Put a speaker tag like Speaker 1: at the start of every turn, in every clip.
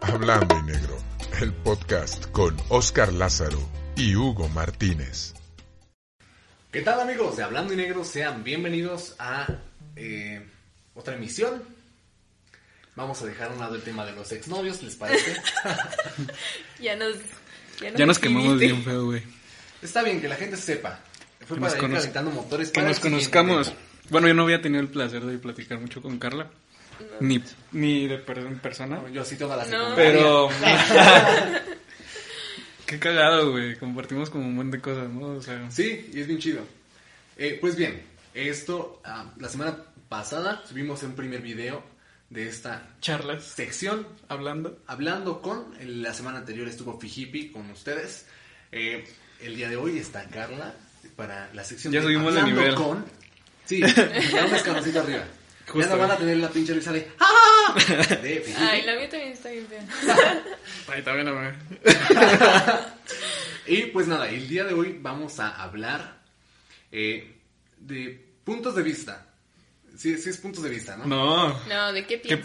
Speaker 1: Hablando en Negro, el podcast con Oscar Lázaro y Hugo Martínez.
Speaker 2: ¿Qué tal amigos de Hablando y Negro? Sean bienvenidos a eh, otra emisión. Vamos a dejar a un lado el tema de los exnovios, ¿les parece?
Speaker 3: Ya nos.
Speaker 4: Ya nos quemamos
Speaker 3: exhibiste.
Speaker 4: bien feo, güey.
Speaker 2: Está bien que la gente sepa. Fue para
Speaker 4: Que nos
Speaker 2: ir
Speaker 4: conozca-
Speaker 2: calentando motores.
Speaker 4: Que
Speaker 2: para
Speaker 4: nos
Speaker 2: el siguiente
Speaker 4: conozcamos.
Speaker 2: tema.
Speaker 4: Bueno, yo no había tenido el placer de platicar mucho con Carla. Ni, ni de per- en persona.
Speaker 2: Yo sí toda la
Speaker 3: No.
Speaker 2: secundaria.
Speaker 4: Pero. Qué cagado, güey. Compartimos como un buen de cosas, ¿no? O sea,
Speaker 2: Sí, y es bien chido. Eh, pues bien, esto, ah, la semana pasada subimos un primer video de esta
Speaker 4: charlas,
Speaker 2: sección
Speaker 4: hablando.
Speaker 2: hablando con, la semana anterior estuvo Fijipi con ustedes. Eh, el día de hoy está Carla para la sección
Speaker 4: Ya
Speaker 2: de
Speaker 4: subimos de
Speaker 2: Hablando
Speaker 4: nivel.
Speaker 2: con. Sí, ya un escaloncito arriba.
Speaker 4: Justo.
Speaker 2: Ya no van a tener la pinche risa de ¡Ah! de Fijipi.
Speaker 3: Ay, la mía también está bien fea.
Speaker 4: Ay, también la verdad.
Speaker 2: Y pues nada, el día de hoy vamos a hablar eh, de puntos de vista. Sí, sí es puntos de vista, ¿no?
Speaker 4: No.
Speaker 3: No, ¿de qué
Speaker 4: Qué
Speaker 3: piensas?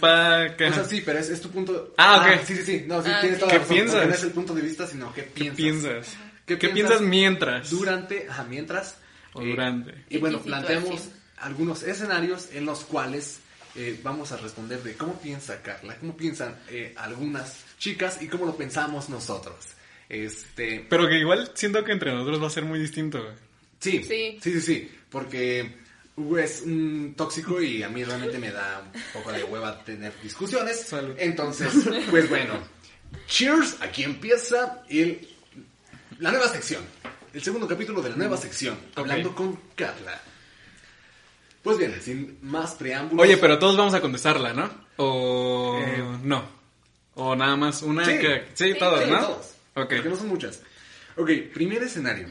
Speaker 4: pa. qué-
Speaker 2: O sea, sí, pero es, es tu punto.
Speaker 4: Ah, ok.
Speaker 2: Sí, sí, sí. No, sí,
Speaker 3: Ah,
Speaker 2: tienes
Speaker 3: ok.
Speaker 2: toda la razón,
Speaker 4: ¿Qué
Speaker 2: porque
Speaker 4: piensas?
Speaker 2: No es el punto de vista, sino qué
Speaker 4: ¿Qué
Speaker 2: piensas.
Speaker 4: piensas?
Speaker 2: ¿Qué
Speaker 4: ¿Qué,
Speaker 2: piensas
Speaker 4: piensas mientras?
Speaker 2: Durante, ajá, mientras.
Speaker 4: O
Speaker 2: eh,
Speaker 4: durante.
Speaker 2: Y bueno,
Speaker 3: X
Speaker 2: planteamos
Speaker 3: situación.
Speaker 2: algunos escenarios en los cuales eh, vamos a responder de cómo piensa Carla, cómo piensan eh, algunas chicas y cómo lo pensamos nosotros. Este,
Speaker 4: Pero que igual siento que entre nosotros va a ser muy distinto, güey.
Speaker 2: sí, sí,
Speaker 3: Sí.
Speaker 2: sí, sí, porque Hugo es un tóxico y a mí realmente me da un poco de hueva tener discusiones.
Speaker 4: Salud.
Speaker 2: Entonces, pues bueno, cheers, aquí empieza el, la nueva sección, el segundo capítulo de la
Speaker 4: Mm.
Speaker 2: nueva sección, hablando con Carla. Pues bien, sin más preámbulos.
Speaker 4: Oye, pero todos vamos a contestarla, ¿no? O
Speaker 2: Eh,
Speaker 4: no. O nada más una
Speaker 2: Sí.
Speaker 4: que... Sí,
Speaker 3: Sí,
Speaker 4: todos,
Speaker 2: Sí,
Speaker 4: ¿no?
Speaker 2: todos.
Speaker 4: Ok.
Speaker 2: Porque no son muchas. Ok, primer escenario.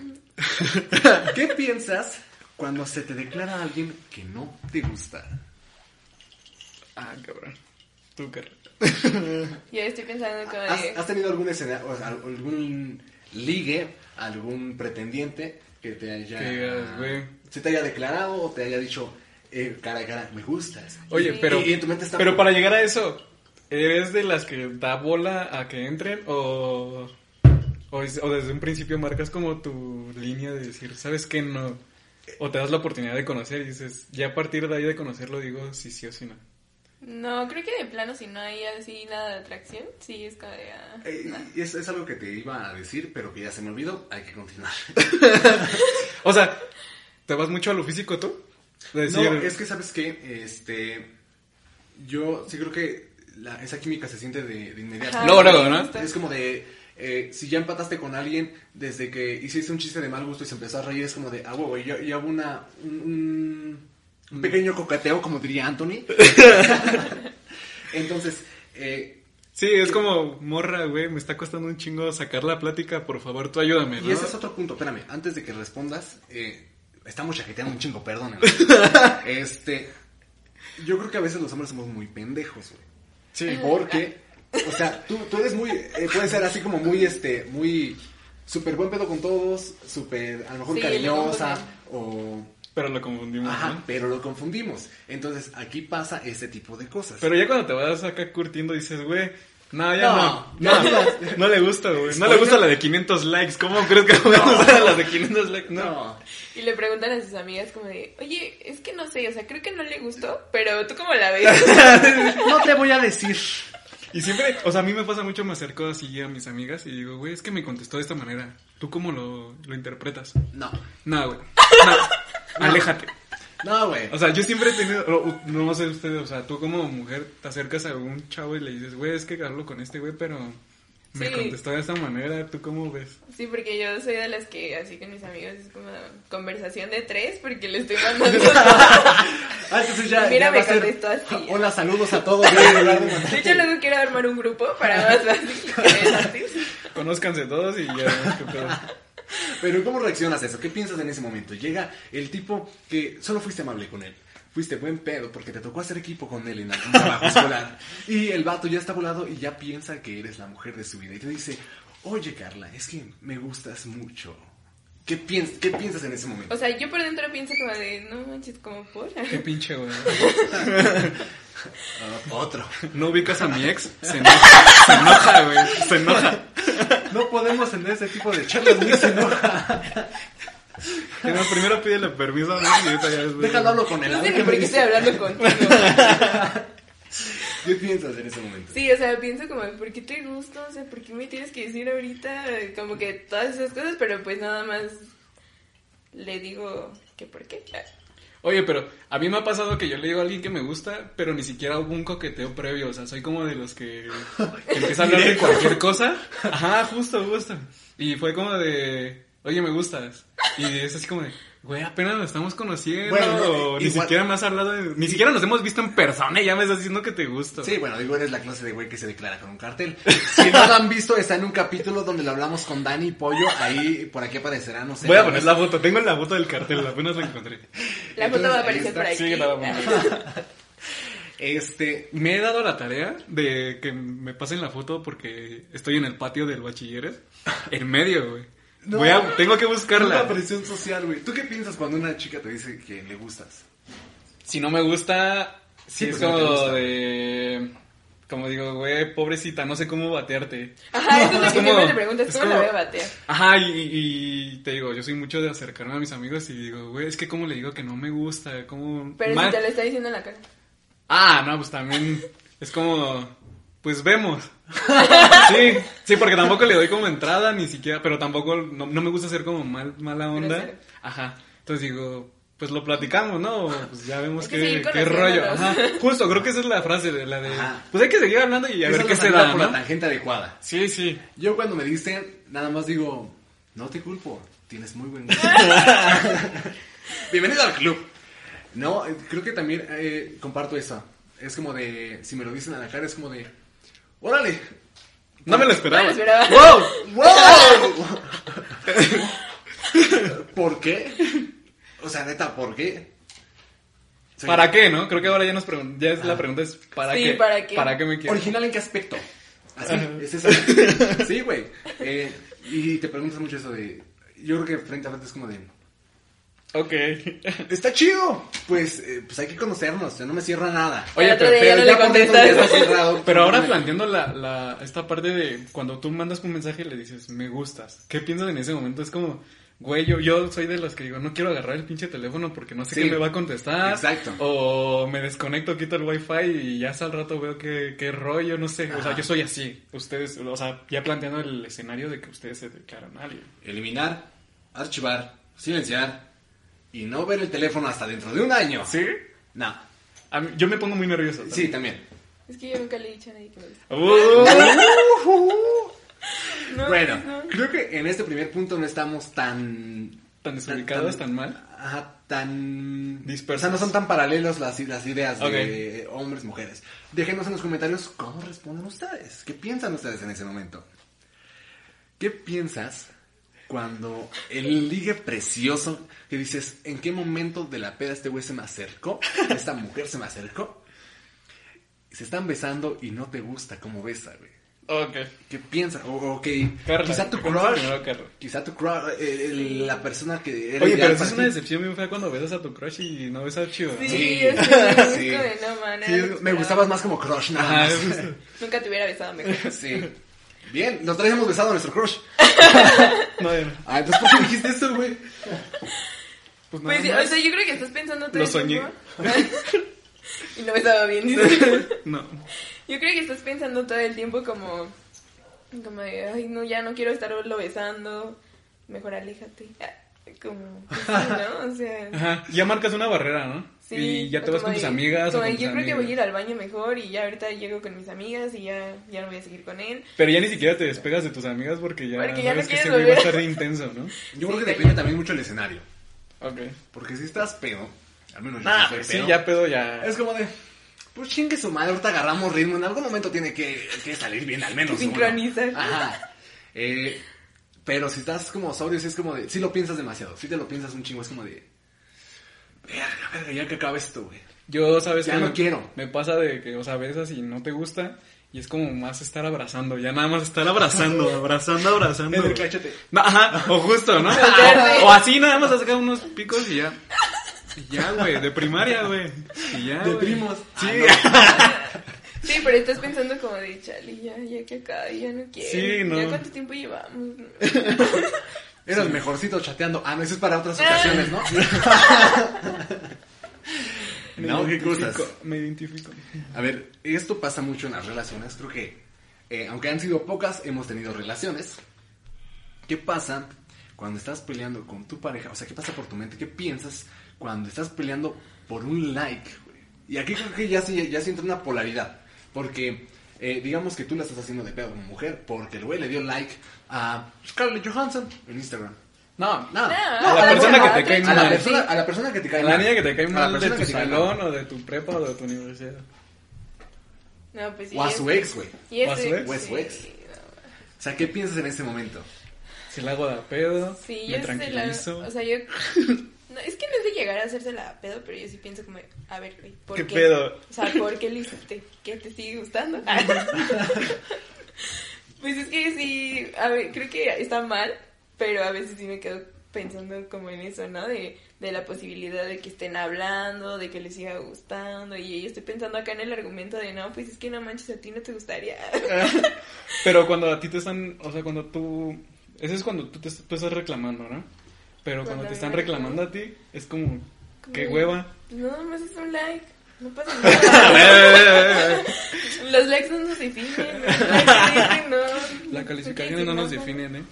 Speaker 2: ¿Qué piensas cuando se te declara alguien que no te gusta?
Speaker 4: Ah, cabrón. Tú, Carla.
Speaker 3: Yo estoy pensando como
Speaker 4: Ah,
Speaker 2: ¿Has,
Speaker 3: de.
Speaker 2: has tenido algún escenario, o sea, algún ligue, algún pretendiente que te haya,
Speaker 4: Que digas, güey.
Speaker 2: se te haya declarado o te haya dicho eh, cara a cara, me gustas?
Speaker 4: Oye,
Speaker 3: Sí.
Speaker 4: pero...
Speaker 2: Y en tu mente está-
Speaker 4: Pero para llegar a eso, ¿eres de las que da bola a que entren o... O, es- o desde un principio marcas como tu línea de decir, ¿sabes qué? No. O te das la oportunidad de conocer y dices, ya a partir de ahí de conocerlo digo si sí o si no.
Speaker 3: No, creo que de plano, si no hay así nada de atracción, sí es como de. ah,
Speaker 2: Eh,
Speaker 3: nah.
Speaker 2: y es, es algo que te iba a decir, pero que ya se me olvidó, hay que continuar.
Speaker 4: O sea, ¿te vas mucho a lo físico tú? De decir,
Speaker 2: No, es que sabes que, este, yo sí creo que la- esa química se siente de, de inmediato.
Speaker 3: Ajá,
Speaker 4: Luego, luego,
Speaker 3: sí,
Speaker 4: ¿no?
Speaker 3: justo.
Speaker 2: Es como de, eh, si ya empataste con alguien desde que hiciste un chiste de mal gusto y se empezó a reír, es como de, ah, huevo, y yo, yo hago una, un, un- un
Speaker 4: Mm.
Speaker 2: pequeño coqueteo, como diría Anthony. Entonces, eh,
Speaker 4: Sí, es como, morra, güey, me está costando un chingo sacar la plática, por favor, tú ayúdame, ¿no?
Speaker 2: y ese es otro punto, espérame, antes de que respondas, eh, estamos chaqueteando un chingo, perdón. este, yo creo que a veces los hombres somos muy pendejos, güey.
Speaker 4: Sí,
Speaker 2: Porque, o sea, tú, tú eres muy, eh, puedes ser así como muy, este, muy, súper buen pedo con todos, súper, a lo mejor
Speaker 3: Sí,
Speaker 2: cariñosa, o,
Speaker 4: pero lo confundimos,
Speaker 2: ajá,
Speaker 4: ¿no?
Speaker 2: pero lo confundimos. Entonces, aquí pasa este tipo de cosas.
Speaker 4: Pero ya cuando te vas acá curtiendo dices, güey, no, ya
Speaker 2: No,
Speaker 4: no,
Speaker 2: ya
Speaker 4: no,
Speaker 2: no.
Speaker 4: no, le gusta, güey, no le
Speaker 2: Oye.
Speaker 4: gusta la de 500 likes, ¿cómo crees que voy a usar a las de 500 likes? No.
Speaker 2: no.
Speaker 3: Y le preguntan a sus amigas como de, oye, es que no sé, o sea, creo que no le gustó, pero tú como la ves.
Speaker 2: No te voy a decir.
Speaker 4: Y siempre, o sea, a mí me pasa mucho, me acerco así a mis amigas y digo, güey, es que me contestó de esta manera, ¿tú cómo lo, lo interpretas?
Speaker 2: No.
Speaker 4: No, güey, no, aléjate.
Speaker 2: No, güey.
Speaker 4: O sea, yo siempre he tenido, o- no, sé ustedes, o sea, tú como mujer te acercas a un chavo y le dices, güey, es que hablo con este güey, pero me
Speaker 3: Sí.
Speaker 4: contestó de esta manera, ¿tú cómo ves?
Speaker 3: Sí, porque yo soy de las que, así con mis amigos, es como conversación de tres, porque le estoy mandando.
Speaker 2: Ah, entonces ya,
Speaker 3: Mira,
Speaker 2: ya
Speaker 3: me
Speaker 2: va a ser, Ah,
Speaker 3: contestó así. ¿eh?
Speaker 2: Hola, saludos a todos. Voy a hablar de
Speaker 3: De
Speaker 2: mandarte-
Speaker 3: hecho, luego quiero armar un grupo para más fácil que es así.
Speaker 4: Conózcanse todos y ya vemos qué pedo.
Speaker 2: Pero ¿cómo reaccionas a eso? ¿Qué piensas en ese momento? Llega el tipo que solo fuiste amable con él. Fuiste buen pedo porque te tocó hacer equipo con él en algún trabajo escolar. Y el vato ya está volado y ya piensa que eres la mujer de su vida. Y te dice, oye Carla, es que me gustas mucho. ¿Qué, piens- qué piensas en ese momento?
Speaker 3: O sea, yo por dentro pienso como de, no manches, como por.
Speaker 4: Qué pinche, güey.
Speaker 2: Ah, otro.
Speaker 4: No ubicas a mi ex, se enoja, se enoja, güey, se enoja.
Speaker 2: No podemos tener ese tipo de charlas muy se enoja.
Speaker 4: Pero primero pídele permiso a mí y ahorita ya después-
Speaker 2: Déjalo hablo con él. a
Speaker 3: No sé
Speaker 2: ver
Speaker 3: ni
Speaker 2: qué
Speaker 3: por
Speaker 2: me
Speaker 3: qué estoy
Speaker 2: dice.
Speaker 3: hablando contigo.
Speaker 2: ¿Qué piensas en ese momento?
Speaker 3: Sí, o sea, pienso como, ¿por qué te gusta? O sea, ¿por qué me tienes que decir ahorita? Como que todas esas cosas, pero pues nada más le digo que por qué.
Speaker 4: Oye, pero a mí me ha pasado que yo le digo a alguien que me gusta, pero ni siquiera hubo un coqueteo previo. O sea, soy como de los que, que empieza a hablar de cualquier cosa. Ajá, justo, justo. Y fue como de, oye, me gustas. Y es así como de, güey, apenas nos estamos conociendo.
Speaker 2: Bueno,
Speaker 4: o ni
Speaker 2: igual-
Speaker 4: siquiera me has hablado, de- ni siquiera nos hemos visto en persona y ya me estás diciendo que te gusto.
Speaker 2: Sí, bueno, digo, eres la clase de güey que se declara con un cartel. Si no lo han visto, está en un capítulo donde lo hablamos con Dani y Pollo. Ahí, por aquí aparecerá, no sé.
Speaker 4: Voy a poner la foto, tengo la foto del cartel, apenas la encontré.
Speaker 3: La foto va a
Speaker 2: Entonces, ahí
Speaker 3: aparecer
Speaker 2: está.
Speaker 3: por aquí.
Speaker 4: Sí, la vamos a poner.
Speaker 2: Este,
Speaker 4: Me he dado la tarea de que me pasen la foto porque estoy en el patio del bachilleres. En medio, güey.
Speaker 2: No.
Speaker 4: Voy a- tengo que
Speaker 2: una
Speaker 4: buscarla.
Speaker 2: presión social, güey. ¿Tú qué piensas cuando una chica te dice que le gustas?
Speaker 4: Si no me gusta,
Speaker 2: Sí,
Speaker 4: si es
Speaker 2: pues, no
Speaker 4: como
Speaker 2: te gusta.
Speaker 4: de. Como digo, güey, pobrecita, no sé cómo batearte.
Speaker 3: Ajá, eso es lo
Speaker 4: Es
Speaker 3: que
Speaker 4: como-
Speaker 3: siempre te preguntas,
Speaker 4: es
Speaker 3: ¿cómo la
Speaker 4: como-
Speaker 3: voy a batear?
Speaker 4: Ajá, y, y- y te digo, yo soy mucho de acercarme a mis amigos y digo, güey, es que cómo le digo que no me gusta, cómo.
Speaker 3: Pero
Speaker 4: Ma-
Speaker 3: si te lo está diciendo en la cara.
Speaker 4: Ah, no, pues también es como, pues vemos. Sí, sí, porque tampoco le doy como entrada ni siquiera, pero tampoco, no, no me gusta ser como mal, mala onda.
Speaker 3: Grosero.
Speaker 4: Ajá, entonces digo, pues lo platicamos, ¿no? Pues ya vemos
Speaker 3: Hay que
Speaker 4: qué,
Speaker 3: seguir
Speaker 4: qué rollo.
Speaker 3: conociéndonos.
Speaker 4: Ajá, justo, creo que esa es la frase, de la de,
Speaker 2: Ajá.
Speaker 4: pues hay que seguir hablando y a
Speaker 2: Esa
Speaker 4: ver
Speaker 2: es
Speaker 4: qué
Speaker 2: la
Speaker 4: se
Speaker 2: salida
Speaker 4: da,
Speaker 2: por la
Speaker 4: ¿no?
Speaker 2: tangente adecuada.
Speaker 4: Sí, sí.
Speaker 2: Yo cuando me dicen, nada más digo, no te culpo, tienes muy buen gusto. Bienvenido al club. No, eh, creo que también eh, comparto esa. Es como de, si me lo dicen a la cara, es como de, órale.
Speaker 4: No me lo esperaba.
Speaker 3: No me lo esperaba.
Speaker 4: ¡Wow!
Speaker 2: ¡Wow! ¿Por qué? O sea, neta, ¿por qué? Soy-
Speaker 4: ¿Para qué, no? Creo que ahora ya nos pregun- ya es la pregunta es, ¿para
Speaker 3: Sí,
Speaker 4: qué?
Speaker 3: ¿para qué?
Speaker 4: ¿Para qué me quieres?
Speaker 2: ¿Original en qué aspecto? Así,
Speaker 4: Ajá.
Speaker 2: es eso. Sí, güey. Eh, y te preguntas mucho eso de. Yo creo que frente a frente es como de.
Speaker 4: Ok.
Speaker 2: Está chido. Pues, eh, pues hay que conocernos. yo No me cierro a nada.
Speaker 4: Oye,
Speaker 3: Al otro día
Speaker 4: pero- pero
Speaker 2: ya
Speaker 3: no le
Speaker 2: por dentro ya está
Speaker 3: contestas.
Speaker 2: cerrado.
Speaker 4: Pero ahora
Speaker 2: Me-
Speaker 4: planteando la, la, esta parte de cuando tú mandas un mensaje y le dices, me gustas, ¿qué piensas en ese momento? Es como, güey, yo, yo soy de los que digo, no quiero agarrar el pinche teléfono porque no sé
Speaker 2: Sí.
Speaker 4: quién me va a contestar.
Speaker 2: Exacto.
Speaker 4: O me desconecto, quito el wifi y ya hasta al rato veo qué, qué rollo, no sé. O sea,
Speaker 2: Ajá.
Speaker 4: yo soy así. Ustedes, o sea, ya planteando el escenario de que ustedes se declaran a alguien.
Speaker 2: Eliminar, archivar, silenciar y no ver el teléfono hasta dentro de un año.
Speaker 4: ¿Sí?
Speaker 2: No.
Speaker 4: A mí- yo me pongo muy nervioso.
Speaker 2: Sí, también.
Speaker 3: Es que yo nunca le he dicho a nadie que me gusta.
Speaker 4: Uh,
Speaker 3: No, pues
Speaker 2: Bueno,
Speaker 3: no.
Speaker 2: creo que en este primer punto no estamos tan
Speaker 4: tan desubicados, tan mal.
Speaker 2: Ajá, tan...
Speaker 4: Dispersos.
Speaker 2: O sea, no son tan paralelos las, i- las ideas
Speaker 4: Ok.
Speaker 2: de hombres, mujeres. Déjenos en los comentarios cómo responden ustedes. ¿Qué piensan ustedes en ese momento? ¿Qué piensas cuando el ligue precioso que dices, ¿en qué momento de la peda este güey se me acercó? ¿Esta mujer se me acercó? Se están besando y no te gusta cómo besa, güey.
Speaker 4: Ok.
Speaker 2: ¿Qué piensas? O, ok,
Speaker 4: Carla,
Speaker 2: quizá tu
Speaker 4: cuenta
Speaker 2: crush,
Speaker 4: primero, Carla.
Speaker 2: quizá tu crush, el- el- la persona que era
Speaker 4: Oye,
Speaker 2: ideal
Speaker 4: pero eso
Speaker 2: para
Speaker 4: es una
Speaker 2: ti.
Speaker 4: decepción bien fea cuando besas a tu crush y no besas chido. ¿no?
Speaker 3: Sí,
Speaker 2: Sí.
Speaker 3: yo soy
Speaker 2: Sí.
Speaker 3: de no, man, nada,
Speaker 2: Sí,
Speaker 3: no
Speaker 2: me
Speaker 3: esperaba.
Speaker 2: gustabas más como crush, nada
Speaker 4: ¿eh? Ajá,
Speaker 2: más.
Speaker 4: es justo.
Speaker 3: Nunca te hubiera besado mejor.
Speaker 2: Sí. Bien, nos traíamos besado a nuestro crush.
Speaker 4: No, ya no.
Speaker 2: Ah, entonces, ¿por qué dijiste eso, güey?
Speaker 4: Pues nada
Speaker 3: Pues, o
Speaker 4: más.
Speaker 3: sea, yo creo que estás pensando todo
Speaker 4: Lo
Speaker 3: el
Speaker 4: soñé.
Speaker 3: tiempo. y no estaba bien. dice.
Speaker 4: No.
Speaker 3: Yo creo que estás pensando todo el tiempo como... Como de, ay, no, ya no quiero estarlo besando. Mejor aléjate. Ah, Como... pues, sí, ¿no? O sea...
Speaker 4: Ajá. Ya marcas una barrera, ¿no?
Speaker 3: Sí,
Speaker 4: Y ya te
Speaker 3: o
Speaker 4: vas con
Speaker 3: como
Speaker 4: tus
Speaker 3: de-
Speaker 4: amigas. o
Speaker 3: como de,
Speaker 4: con tus
Speaker 3: yo creo que voy a ir
Speaker 4: amigos.
Speaker 3: al baño mejor y ya ahorita llego con mis amigas y ya, ya no voy a seguir con él.
Speaker 4: Pero ya ni siquiera te despegas de tus amigas porque ya,
Speaker 3: Porque ya no
Speaker 4: ves que
Speaker 3: quieres
Speaker 4: ese güey va a
Speaker 3: volver.
Speaker 4: estar de intenso, ¿no?
Speaker 2: Yo creo
Speaker 3: Sí,
Speaker 2: que
Speaker 3: cañón.
Speaker 2: depende también mucho el escenario.
Speaker 4: Ok.
Speaker 2: Porque si estás pedo, al menos yo
Speaker 4: Nah,
Speaker 2: sí
Speaker 4: pues
Speaker 2: estoy
Speaker 4: sí,
Speaker 2: pedo,
Speaker 4: ya pedo ya.
Speaker 2: Es como de, pues chingue su madre, ahorita agarramos ritmo. En algún momento tiene que, que salir bien, al menos. uno.
Speaker 3: Sincronizar.
Speaker 2: Ajá. Eh, pero si estás como sobrio, sí es como de, sí lo piensas demasiado. Si te lo piensas un chingo, es como de, verga, verga, ya que acaba esto, güey.
Speaker 4: Yo, ¿sabes
Speaker 2: Ya
Speaker 4: que
Speaker 2: no
Speaker 4: me-
Speaker 2: quiero.
Speaker 4: Me pasa de que, o sea, besas y no te gusta. Y es como más estar abrazando, ya nada más estar abrazando, abrazando, abrazando.
Speaker 2: Pedro,
Speaker 4: güey.
Speaker 2: cáchate.
Speaker 4: No, ajá, o justo, ¿no?
Speaker 3: Voltearte.
Speaker 4: O así nada más sacar unos picos y ya. Y ya, güey, de primaria, güey. Y ya,
Speaker 2: De
Speaker 4: Ah, güey.
Speaker 2: primos.
Speaker 4: Sí,
Speaker 3: Sí, pero estás pensando como de chale, ya, ya que acá, ya no quiero.
Speaker 4: Sí, no.
Speaker 3: Ya cuánto tiempo llevamos. ¿no?
Speaker 2: Eras mejorcito chateando. Ah, no, eso es para otras ocasiones, ¿no?
Speaker 4: Me
Speaker 2: no, qué
Speaker 4: identifico,
Speaker 2: cosas.
Speaker 4: Me identifico.
Speaker 2: A ver, esto pasa mucho en las relaciones. Creo que, eh, aunque han sido pocas, hemos tenido relaciones. ¿Qué pasa cuando estás peleando con tu pareja? O sea, ¿qué pasa por tu mente? ¿Qué piensas cuando estás peleando por un like? güey? Y aquí creo que ya sí, ya sí entra una polaridad. Porque eh, digamos que tú la estás haciendo de pedo como mujer porque el güey le dio like a Scarlett Johansson en Instagram.
Speaker 4: No,
Speaker 2: Nada.
Speaker 3: No,
Speaker 4: a la persona que te
Speaker 3: no,
Speaker 4: cae
Speaker 3: no,
Speaker 2: A la,
Speaker 4: mal.
Speaker 2: persona, a la persona que te cae
Speaker 4: la niña que te
Speaker 2: A
Speaker 4: cae
Speaker 2: Ah, la
Speaker 4: mal de
Speaker 2: persona
Speaker 4: tu
Speaker 2: que te cae
Speaker 4: salón o de tu prepa o de tu universidad.
Speaker 3: No, pues sí.
Speaker 2: O a
Speaker 3: ya
Speaker 2: su
Speaker 3: sé.
Speaker 2: ex, güey.
Speaker 3: Y eso
Speaker 4: O a su ex.
Speaker 2: O a su ex.
Speaker 3: Sí, no.
Speaker 2: O sea, ¿qué piensas en ese momento?
Speaker 4: Si la hago de a pedo,
Speaker 3: Sí,
Speaker 4: me
Speaker 3: yo se la.
Speaker 4: tranquilizo.
Speaker 3: O sea, yo. No, es que no es de llegar a hacerse la pedo, pero yo sí pienso como, a ver, güey, ¿por
Speaker 4: ¿Qué
Speaker 3: qué?
Speaker 4: pedo?
Speaker 3: O sea, ¿por qué lo hiciste? ¿Qué te sigue gustando? pues es que sí, a ver, creo que está mal, pero a veces sí me quedo pensando como en eso, ¿no? De, de la posibilidad de que estén hablando, de que les siga gustando, y yo estoy pensando acá en el argumento de, no, pues es que no manches, a ti no te gustaría.
Speaker 4: Pero cuando a ti te están, o sea, cuando tú, eso es cuando tú, te, tú estás reclamando, ¿no? Pero cuando
Speaker 3: Cuando
Speaker 4: te están
Speaker 3: me reclaman.
Speaker 4: reclamando a ti, es como, qué
Speaker 3: Como-
Speaker 4: hueva.
Speaker 3: Pues No, nada más es un like. No pasa Eh, nada. Los likes no nos definen. Los likes no.
Speaker 4: La calificación no nos define, ¿eh?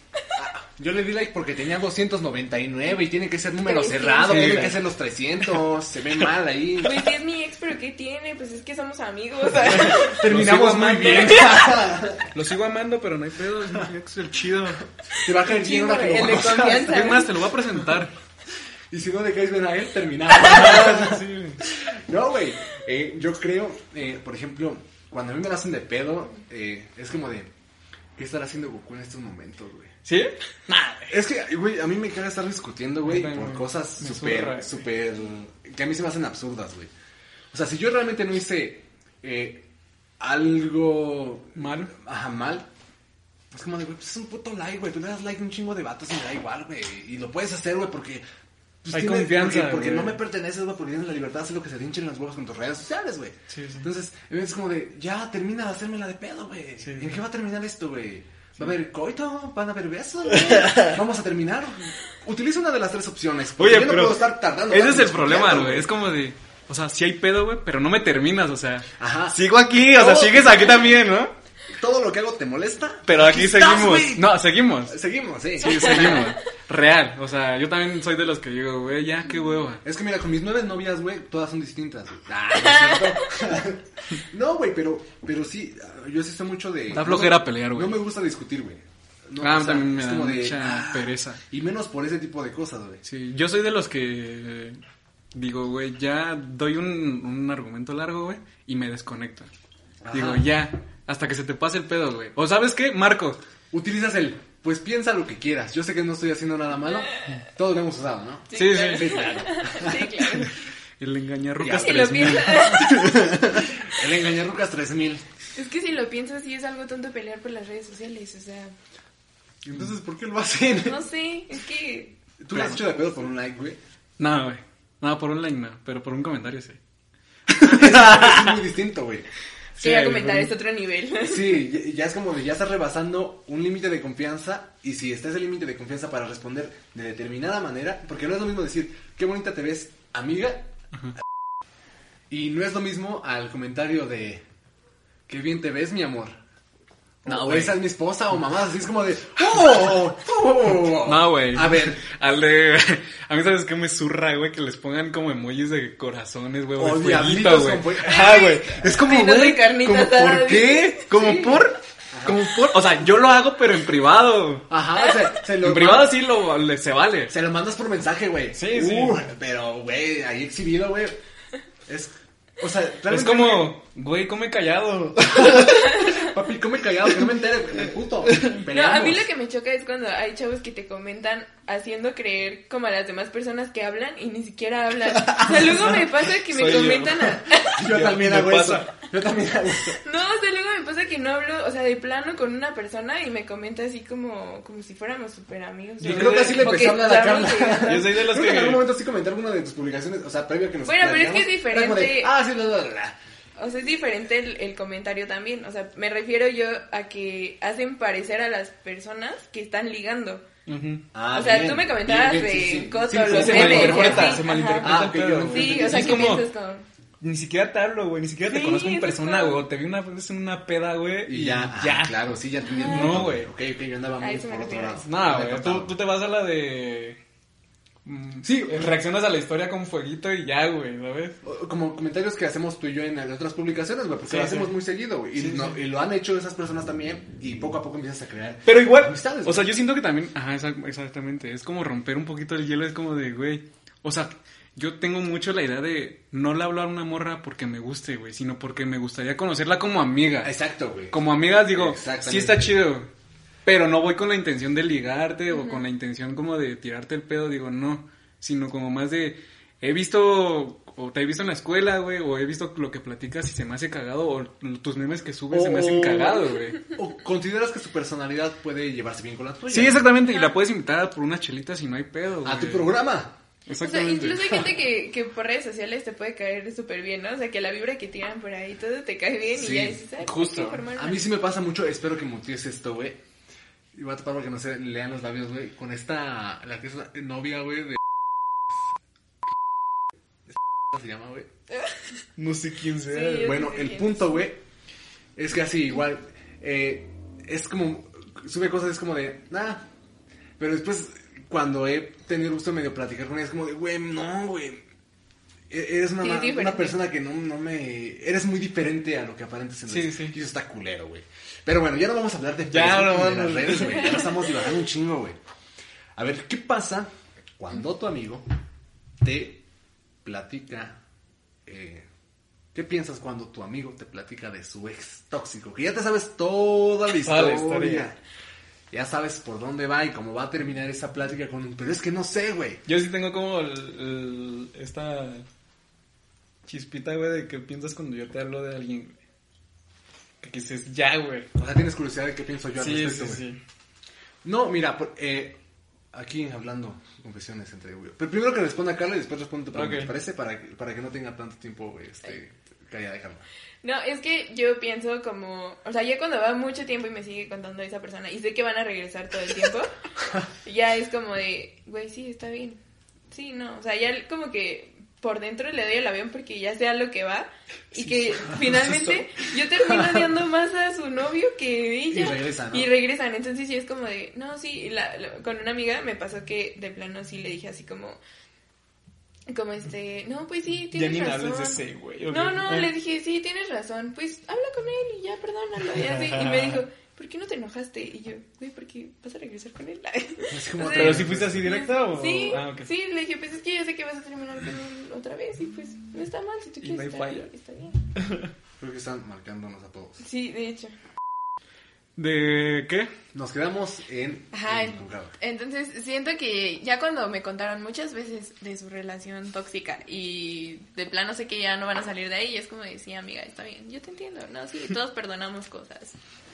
Speaker 2: Yo le di like porque tenía 299 y tiene que ser número
Speaker 3: Sí, sí.
Speaker 2: cerrado,
Speaker 4: Sí,
Speaker 2: tiene
Speaker 4: güey.
Speaker 2: que ser los 300, se ve mal ahí.
Speaker 3: Pues si es mi ex, pero ¿qué tiene? Pues es que somos amigos.
Speaker 4: Terminamos
Speaker 2: Terminamos
Speaker 4: muy
Speaker 2: muy bien.
Speaker 4: Lo sigo amando, pero no hay pedo, es mi ex, el chido.
Speaker 2: Te va a caer bien
Speaker 3: Chingo,
Speaker 2: ahora que
Speaker 3: el
Speaker 2: lo
Speaker 3: de
Speaker 2: conoces.
Speaker 3: confianza. ¿eh?
Speaker 4: Es más, te lo voy a presentar.
Speaker 2: Y si no le caes bien a él, terminamos.
Speaker 4: Sí, güey.
Speaker 2: No, güey. Eh, yo creo, eh, por ejemplo, cuando a mí me la hacen de pedo, eh, es como de, ¿qué estará haciendo Goku en estos momentos, güey?
Speaker 4: ¿Sí?
Speaker 2: Es que, güey, a mí me caga estar discutiendo, güey,
Speaker 4: Yo también,
Speaker 2: por
Speaker 4: güey.
Speaker 2: cosas
Speaker 4: Me zurra,
Speaker 2: súper,
Speaker 4: güey.
Speaker 2: súper. que a mí se me hacen absurdas, güey. O sea, si yo realmente no hice eh, algo.
Speaker 4: Mal.
Speaker 2: Ajá, mal. Es como de, güey, pues es un puto like, güey. Tú le das like a un chingo de vatos y me da igual, güey. Y lo puedes hacer, güey, porque. pues,
Speaker 4: Hay
Speaker 2: tiene-
Speaker 4: confianza,
Speaker 2: Porque, porque
Speaker 4: güey.
Speaker 2: no me perteneces, güey, porque tienes la libertad de hacer lo que se te hinchen las huevos con tus redes sociales, güey.
Speaker 4: Sí, sí.
Speaker 2: Entonces, es como de, ya, termina de hacérmela de pedo, güey.
Speaker 4: Sí.
Speaker 2: ¿En qué va a terminar esto, güey? ¿Va a haber coito? ¿Van a haber besos? güey? ¿Vamos a terminar? Utiliza una de las tres opciones. porque yo no puedo estar tardando.
Speaker 4: ese es
Speaker 2: tanto
Speaker 4: el problema,
Speaker 2: tiempo,
Speaker 4: güey. Es como de, o sea, sí hay pedo, güey, pero no me terminas, o sea.
Speaker 2: Ajá.
Speaker 4: Sigo aquí, o sea,
Speaker 2: No.
Speaker 4: sigues aquí también, ¿no?
Speaker 2: Todo lo que hago te molesta.
Speaker 4: Pero aquí
Speaker 2: estás,
Speaker 4: seguimos.
Speaker 2: güey.
Speaker 4: No, seguimos.
Speaker 2: Seguimos, sí.
Speaker 4: Sí, seguimos. Real. O sea, yo también soy de los que digo, güey, ya, qué hueva.
Speaker 2: Es que mira, con mis nueve novias, güey, todas son distintas. güey. Ah, no, es cierto. no, güey, pero, pero sí, yo sí sé mucho de...
Speaker 4: Da flojera pelear, güey.
Speaker 2: No me gusta discutir, güey. No,
Speaker 4: Ah,
Speaker 2: o sea,
Speaker 4: también me
Speaker 2: es
Speaker 4: da
Speaker 2: como de,
Speaker 4: mucha
Speaker 2: ah,
Speaker 4: pereza.
Speaker 2: Y menos por ese tipo de cosas, güey.
Speaker 4: Sí, yo soy de los que eh, digo, güey, ya doy un, un argumento largo, güey, y me desconecto.
Speaker 2: Ajá.
Speaker 4: Digo, ya, hasta que se te pase el pedo, güey. O sabes qué, Marco,
Speaker 2: Utilizas el, pues piensa lo que quieras. Yo sé que no estoy haciendo nada malo. Todos lo hemos usado, ¿no?
Speaker 4: Sí,
Speaker 3: claro.
Speaker 4: sí,
Speaker 2: Sí, claro.
Speaker 3: Sí, claro.
Speaker 4: el
Speaker 3: Es que
Speaker 4: engañarrucas
Speaker 3: si lo
Speaker 4: 3000.
Speaker 3: piensas,
Speaker 2: El engañarrucas 3000.
Speaker 3: es que si lo piensas, sí es algo tonto pelear por las redes sociales. O sea,
Speaker 2: Entonces, ¿por qué lo hacen?
Speaker 3: no sé, es que.
Speaker 2: Tú le has hecho de pedo por un like, güey.
Speaker 4: No, güey. No, por un like no, pero por un comentario sí.
Speaker 2: Es muy distinto, güey.
Speaker 4: Sí,
Speaker 3: Quería
Speaker 4: hay-
Speaker 3: comentar, es otro nivel.
Speaker 2: Sí, ya- ya es como de ya estás rebasando un límite de confianza y si está ese límite de confianza para responder de determinada manera, porque no es lo mismo decir, qué bonita te ves, amiga, y no es lo mismo al comentario de, qué bien te ves, mi amor.
Speaker 4: No,
Speaker 2: No,
Speaker 4: güey.
Speaker 2: esa es mi esposa o mamá, así es como de, ¡oh! oh".
Speaker 4: No, güey.
Speaker 2: A ver,
Speaker 4: Al de. A mí, ¿sabes qué me zurra, güey? Que les pongan como emojis de corazones, güey.
Speaker 2: O
Speaker 4: O de
Speaker 2: diablitos
Speaker 4: fueguito, güey.
Speaker 2: con fuego.
Speaker 4: Ajá, güey. Es como,
Speaker 3: Haciéndole
Speaker 4: güey.
Speaker 3: carnita
Speaker 4: como,
Speaker 3: asada, dice.
Speaker 4: ¿Por qué? ¿Como por? Como por. O sea, yo lo hago, pero en privado.
Speaker 2: ajá, se, se lo
Speaker 4: En privado sí lo, le- se vale.
Speaker 2: Se lo mandas por mensaje, güey.
Speaker 4: Sí, sí.
Speaker 2: Uh, Pero, güey, ahí exhibido, güey. Es. O sea,
Speaker 4: Es
Speaker 2: realmente-
Speaker 4: como, güey, come callado.
Speaker 2: Papi, come callado, que no me entere, porque me puto.
Speaker 3: No, a mí lo que me choca es cuando hay chavos que te comentan haciendo creer como a las demás personas que hablan y ni siquiera hablan. O sea, luego me pasa que me
Speaker 4: Soy yo.
Speaker 3: comentan a...
Speaker 2: Yo
Speaker 4: Ya,
Speaker 2: también
Speaker 4: me
Speaker 2: hago eso.
Speaker 4: pasa.
Speaker 2: Yo también hago eso.
Speaker 3: No, o sea, luego me pasa que no hablo, o sea, de plano con una persona y me comenta así como, como si fuéramos súper amigos.
Speaker 2: Yo
Speaker 3: ¿no?
Speaker 2: creo que así le
Speaker 3: Como
Speaker 2: empecé a hablar a Carla.
Speaker 3: sabemos que-
Speaker 4: Yo soy de los
Speaker 2: Creo que en algún
Speaker 4: que.
Speaker 2: momento sí comenté alguna de tus publicaciones, o sea, previo a que nos
Speaker 3: Bueno, pero es que es
Speaker 2: platicáramos, era como de,
Speaker 3: diferente.
Speaker 2: ah, sí, bla, bla, bla, bla.
Speaker 3: O sea, es diferente el, el comentario también. O sea, me refiero yo a que hacen parecer a las personas que están ligando.
Speaker 4: Ujú.
Speaker 2: Ah,
Speaker 3: o sea,
Speaker 2: bien,
Speaker 3: tú me comentabas
Speaker 2: bien, bien,
Speaker 3: de
Speaker 2: sí, sí.
Speaker 3: Coto,
Speaker 2: Sí, pues, sí,
Speaker 3: los
Speaker 2: se
Speaker 3: memes.
Speaker 2: malinterpreta,
Speaker 3: así,
Speaker 4: se
Speaker 3: ajá.
Speaker 4: malinterpreta
Speaker 2: Ah, ok, yo
Speaker 4: el pedo.
Speaker 2: no entendí.
Speaker 3: Sí, o sea,
Speaker 4: Es
Speaker 3: ¿qué
Speaker 4: como-
Speaker 3: piensas con...?
Speaker 4: Ni siquiera te hablo, güey. Ni siquiera te
Speaker 3: Sí,
Speaker 4: conozco en
Speaker 3: eso es
Speaker 4: persona,
Speaker 3: todo.
Speaker 4: güey. Te vi una vez en una peda, güey.
Speaker 2: Y ya, ah, claro, sí, ya entendí. No,
Speaker 4: Ah. Mm, No,
Speaker 2: güey.
Speaker 4: güey.
Speaker 2: Ok, ok, yo andaba
Speaker 3: Ah,
Speaker 2: muy
Speaker 3: eso me
Speaker 2: por otro
Speaker 3: refiero a
Speaker 2: lado.
Speaker 3: eso.
Speaker 4: Pues, No,
Speaker 2: Me
Speaker 4: güey.
Speaker 2: contaba.
Speaker 4: Tú, tú te vas a la de. mm,
Speaker 2: Sí.
Speaker 4: eh, Reaccionas a la historia con fueguito y ya, güey, ¿sabes?
Speaker 2: O- Como comentarios que hacemos tú y yo en las otras publicaciones, güey, porque
Speaker 4: Sí,
Speaker 2: lo
Speaker 4: sí.
Speaker 2: hacemos muy seguido, güey. Y,
Speaker 4: Sí,
Speaker 2: no- y lo han hecho esas personas también, y poco a poco empiezas a crear.
Speaker 4: Pero igual,
Speaker 2: Amistades,
Speaker 4: o sea,
Speaker 2: güey.
Speaker 4: yo siento que también, ajá, exa- exactamente, es como romper un poquito el hielo, es como de, güey, o sea, yo tengo mucho la idea de no le hablo a una morra porque me guste, güey, sino porque me gustaría conocerla como amiga.
Speaker 2: Exacto, güey.
Speaker 4: Como amigas digo,
Speaker 2: Exactamente.
Speaker 4: sí está chido, pero no voy con la intención de ligarte o con la intención como de tirarte el pedo, digo, no, sino como más de, he visto, o te he visto en la escuela, güey, o he visto lo que platicas y se me hace cagado, o tus memes que subes se me hacen
Speaker 2: O-
Speaker 4: cagado, güey.
Speaker 2: ¿O consideras que su personalidad puede llevarse bien con la tuya?
Speaker 4: Sí, exactamente, y la puedes invitar por unas chelitas y no hay pedo.
Speaker 2: A tu
Speaker 4: güey.
Speaker 2: programa.
Speaker 3: O sea,
Speaker 4: Exactamente.
Speaker 3: incluso hay gente que, que por redes sociales te puede caer súper bien, ¿no? O sea, que la vibra que tiran por ahí todo te cae bien
Speaker 2: Sí,
Speaker 3: y ya dices, "Ay, pues,
Speaker 4: justo.
Speaker 3: qué formal".
Speaker 2: A mí sí me pasa mucho, espero que mutees esto, güey. Y voy a tapar para que no se lean los labios, güey. Con esta, la que es la novia, güey, de... se llama, güey.
Speaker 4: No sé quién
Speaker 3: sea, Sí, güey. yo-
Speaker 2: Bueno,
Speaker 3: sé
Speaker 2: el
Speaker 3: quién
Speaker 2: punto, güey, es que así igual, eh, es como, sube cosas, es como de, nada. Pero después, cuando he tenido el gusto de medio platicar con ella, es como de, güey, no, güey. E- Eres una,
Speaker 3: Sí,
Speaker 2: ma-
Speaker 3: es diferente.
Speaker 2: una persona que no, no me... Eres muy diferente a lo que aparentes en
Speaker 4: Sí,
Speaker 2: redes.
Speaker 4: sí.
Speaker 2: Y eso está culero, güey. Pero bueno, ya no vamos a hablar de
Speaker 4: Ya
Speaker 2: Facebook ni
Speaker 4: no
Speaker 2: de
Speaker 4: vamos.
Speaker 2: las redes, güey. Ya no estamos divagando un chingo, güey. A ver, ¿qué pasa cuando tu amigo te platica eh, ¿Qué piensas cuando tu amigo te platica de su ex tóxico? Que ya te sabes toda la historia.
Speaker 4: Toda la historia.
Speaker 2: Ya sabes por dónde va y cómo va a terminar esa plática con un... Pero es que no sé, güey.
Speaker 4: Yo sí tengo como el- el- esta chispita, güey, de que piensas cuando yo te hablo de alguien, güey. Que dices, ya, güey.
Speaker 2: O sea, tienes curiosidad de qué pienso yo al
Speaker 4: Sí,
Speaker 2: respecto,
Speaker 4: sí,
Speaker 2: güey.
Speaker 4: sí.
Speaker 2: No, mira, por- eh, aquí hablando confesiones entre güey. Pero primero que responda Carla y después responde tu pregunta,
Speaker 4: Ok.
Speaker 2: ¿te parece? Para, que- para que no tenga tanto tiempo, güey, este... Calla, déjalo.
Speaker 3: No, es que yo pienso como, o sea, ya cuando va mucho tiempo y me sigue contando esa persona y sé que van a regresar todo el tiempo, ya es como de, güey, sí, está bien. Sí, no, o sea, ya como que por dentro le doy el avión porque ya sea lo que va y que finalmente yo termino odiando más a su novio que ella.
Speaker 2: Y regresa, ¿no?
Speaker 3: Y regresan, entonces sí es como de, no, sí, y la- la- con una amiga me pasó que de plano sí le dije así como... Como este, no, pues sí,
Speaker 4: Ya
Speaker 3: tienes
Speaker 4: ni me
Speaker 3: razón.
Speaker 4: hables de ese, güey. ok.
Speaker 3: No, no,
Speaker 4: Ah.
Speaker 3: le dije, sí, tienes razón, pues habla con él y ya, perdónalo. Y, así, y me dijo, ¿por qué no te enojaste? Y yo, güey, porque vas a regresar con él.
Speaker 2: Es como
Speaker 3: O sea,
Speaker 4: Pero si fuiste así directa o.
Speaker 3: Sí,
Speaker 4: Ah, ok.
Speaker 3: sí, le dije, pues es que yo sé que vas a terminar con él otra vez y pues no está mal si tú
Speaker 4: Y
Speaker 3: quieres.
Speaker 4: no hay
Speaker 3: estar
Speaker 4: falla.
Speaker 3: ahí, está bien.
Speaker 2: Creo que están marcándonos a todos.
Speaker 3: Sí, de hecho.
Speaker 4: ¿De qué?
Speaker 2: Nos quedamos en...
Speaker 3: Ajá,
Speaker 2: en juzgado.
Speaker 3: entonces siento que ya cuando me contaron muchas veces de su relación tóxica y de plano sé que ya no van a salir de ahí, y es como decía, amiga, está bien, yo te entiendo, no, sí, todos perdonamos cosas,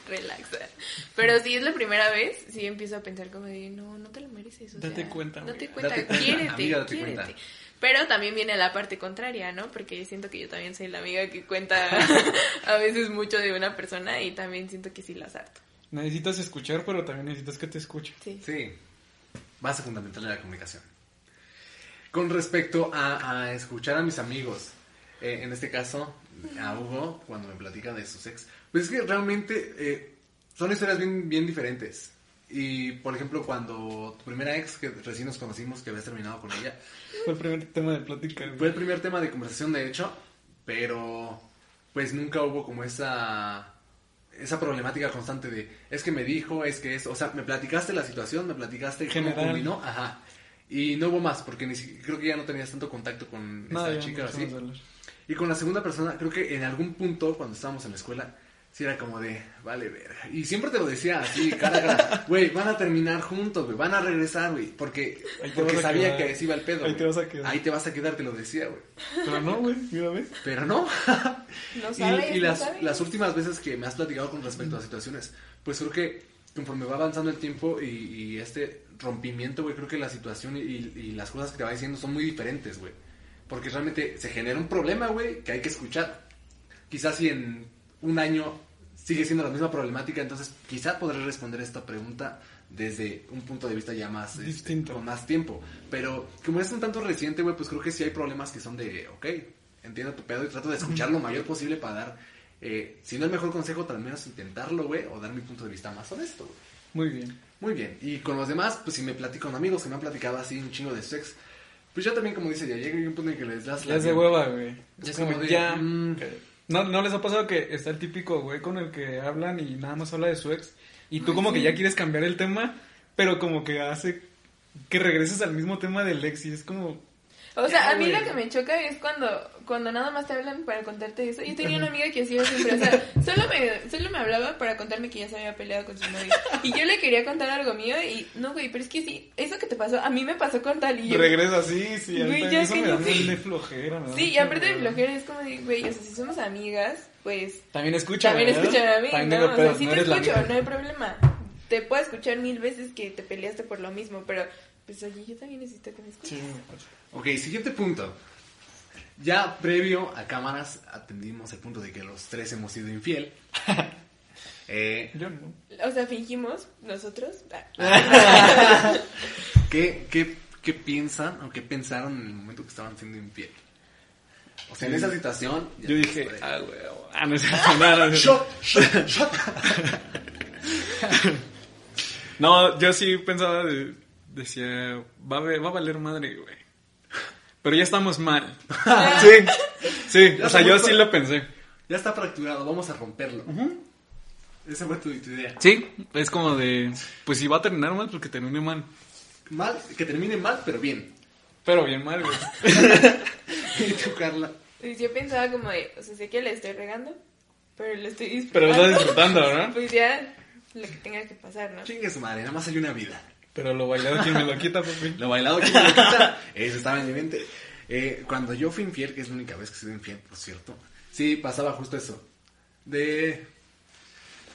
Speaker 3: relaxa. Pero si es la primera vez, sí empiezo a pensar como de, no, no te lo mereces. o
Speaker 4: Date
Speaker 3: sea,
Speaker 4: cuenta,
Speaker 3: Date
Speaker 4: amiga.
Speaker 3: cuenta,
Speaker 2: Date cuenta,
Speaker 3: quiérete,
Speaker 2: amiga, date
Speaker 3: quiérete.
Speaker 2: cuenta.
Speaker 3: Pero también viene la parte contraria, ¿no? Porque siento que yo también soy la amiga que cuenta a veces mucho de una persona y también siento que sí las harto.
Speaker 4: Necesitas escuchar, pero también necesitas que te escuchen.
Speaker 3: Sí.
Speaker 2: Sí, base fundamental de la comunicación. Con respecto a, a escuchar a mis amigos, eh, en este caso a Hugo, cuando me platica de su ex, pues es que realmente eh, son historias bien, bien diferentes. Y, por ejemplo, cuando tu primera ex, que recién nos conocimos, que habías terminado con ella,
Speaker 4: Fue el primer tema de plática, güey.
Speaker 2: fue el primer tema de conversación, de hecho, pero pues nunca hubo como esa esa problemática constante de es que me dijo, es que es, o sea, me platicaste la situación, me platicaste cómo
Speaker 4: General.
Speaker 2: culminó, ajá. Y no hubo más porque ni si- creo que ya no tenías tanto contacto con
Speaker 4: Nada,
Speaker 2: esa
Speaker 4: ya,
Speaker 2: chica
Speaker 4: mucho
Speaker 2: así.
Speaker 4: más hablar.
Speaker 2: Y con la segunda persona, creo que en algún punto cuando estábamos en la escuela Sí, era como de, vale, verga. Y siempre te lo decía así, cara a cara. Güey, van a terminar juntos, güey. Van a regresar, güey. Porque,
Speaker 4: Ahí te
Speaker 2: porque
Speaker 4: vas a
Speaker 2: sabía
Speaker 4: quedar.
Speaker 2: que así iba el pedo.
Speaker 4: Ahí
Speaker 2: güey.
Speaker 4: te vas a quedar.
Speaker 2: Ahí te vas a quedar, te lo decía, güey.
Speaker 4: Pero no, güey, mira, ves.
Speaker 2: Pero no.
Speaker 3: No
Speaker 2: Y-
Speaker 3: sabes,
Speaker 2: y
Speaker 3: no
Speaker 2: las,
Speaker 3: sabes.
Speaker 2: las últimas veces que me has platicado con respecto a situaciones, pues creo que conforme va avanzando el tiempo y, y este rompimiento, güey, creo que la situación y, y- y las cosas que te va diciendo son muy diferentes, güey. Porque realmente se genera un problema, güey, que hay que escuchar. Quizás si en un año sigue siendo la misma problemática, entonces quizás podré responder esta pregunta desde un punto de vista ya más este,
Speaker 4: Distinto.
Speaker 2: con más tiempo. Pero como es un tanto reciente, güey, pues creo que sí hay problemas que son de, ok, entiendo tu pedo y trato de escuchar lo mayor posible para dar, eh, si no el mejor consejo, tal menos intentarlo, güey, o dar mi punto de vista más honesto, güey.
Speaker 4: Muy bien.
Speaker 2: Muy bien, y con los demás, pues si me platico con amigos que me han platicado así un chingo de sex, pues yo también, como dice, ya llega un punto en que les das
Speaker 4: Les de
Speaker 2: mierda.
Speaker 4: hueva, güey.
Speaker 2: Ya
Speaker 4: Es
Speaker 2: como
Speaker 4: como
Speaker 2: de,
Speaker 4: ya.
Speaker 2: mm.
Speaker 4: No, no les ha pasado que está el típico güey con el que hablan y nada más habla de su ex. Y tú,
Speaker 3: Ay,
Speaker 4: como que
Speaker 3: sí.
Speaker 4: ya quieres cambiar el tema, pero como que hace que regreses al mismo tema del ex. Y es como.
Speaker 3: O sea,
Speaker 4: Ya,
Speaker 3: a mí
Speaker 4: güey.
Speaker 3: lo que me choca es cuando, cuando nada más te hablan para contarte eso. Yo tenía una amiga que hacía siempre, o sea, solo me, solo me hablaba para contarme que ya se había peleado con su novio. Y yo le quería contar algo mío y, no, güey, pero es que sí, eso que te pasó, a mí me pasó con tal y yo...
Speaker 4: Regresa así, sí. a mí
Speaker 3: Güey,
Speaker 4: también
Speaker 3: ya
Speaker 4: eso
Speaker 3: que
Speaker 4: me
Speaker 3: no
Speaker 4: da
Speaker 3: sé.
Speaker 4: una flojera. me da
Speaker 3: Sí, y
Speaker 4: mucha
Speaker 3: aparte de
Speaker 4: hueva.
Speaker 3: flojera es como de, güey, o sea, si somos amigas, pues
Speaker 4: También escucha.
Speaker 3: también
Speaker 4: ¿verdad?
Speaker 3: escúchame a mí,
Speaker 4: También
Speaker 3: ¿no?
Speaker 4: tengo
Speaker 3: O sea,
Speaker 4: pedos,
Speaker 3: sí
Speaker 4: no
Speaker 3: te
Speaker 4: eres la
Speaker 3: escucho,
Speaker 4: única.
Speaker 3: no hay problema. Te puedo escuchar mil veces que te peleaste por lo mismo, pero, pues, oye, yo también necesito que me escuches.
Speaker 4: Sí,
Speaker 2: Ok, siguiente punto. Ya previo a cámaras atendimos el punto de que los tres hemos sido infiel. Eh,
Speaker 4: yo no.
Speaker 3: O sea, fingimos, nosotros, ah,
Speaker 2: ¿qué, qué, qué piensan o qué pensaron en el momento que estaban siendo infiel? O sea, en esa situación... ya
Speaker 4: Yo
Speaker 2: te
Speaker 4: dije,
Speaker 2: mostré.
Speaker 4: ah, güey, ah, no es cierto, no, no, no, no.
Speaker 2: Shot, shot, shot.
Speaker 4: No, yo sí pensaba, de- decía, va a, ve- va a valer madre, güey. Pero ya estamos mal. sí, sí,
Speaker 2: Ya
Speaker 4: o sea, yo
Speaker 2: estamos
Speaker 4: sí
Speaker 2: mal.
Speaker 4: lo pensé.
Speaker 2: Ya está fracturado, vamos a romperlo. Esa fue tu, tu idea.
Speaker 4: Sí, es como de, pues si va a terminar mal, pues que termine mal.
Speaker 2: Mal, que termine mal, pero bien.
Speaker 4: Pero bien mal, güey.
Speaker 2: Y tú, Carla.
Speaker 3: Pues yo pensaba como de, o sea, sé que la estoy regando, pero lo estoy
Speaker 4: Pero
Speaker 3: disfrutando.
Speaker 4: lo está disfrutando, ¿no?
Speaker 3: Pues ya, lo que tenga que pasar, ¿no?
Speaker 2: Chingue su madre, nada más hay una vida.
Speaker 4: Pero lo bailado quien me lo quita, papi.
Speaker 2: Lo bailado que me lo quita. Eso estaba en mi mente. Eh, cuando yo fui infiel, que es la única vez que he sido infiel, por cierto. Sí, pasaba justo eso. De.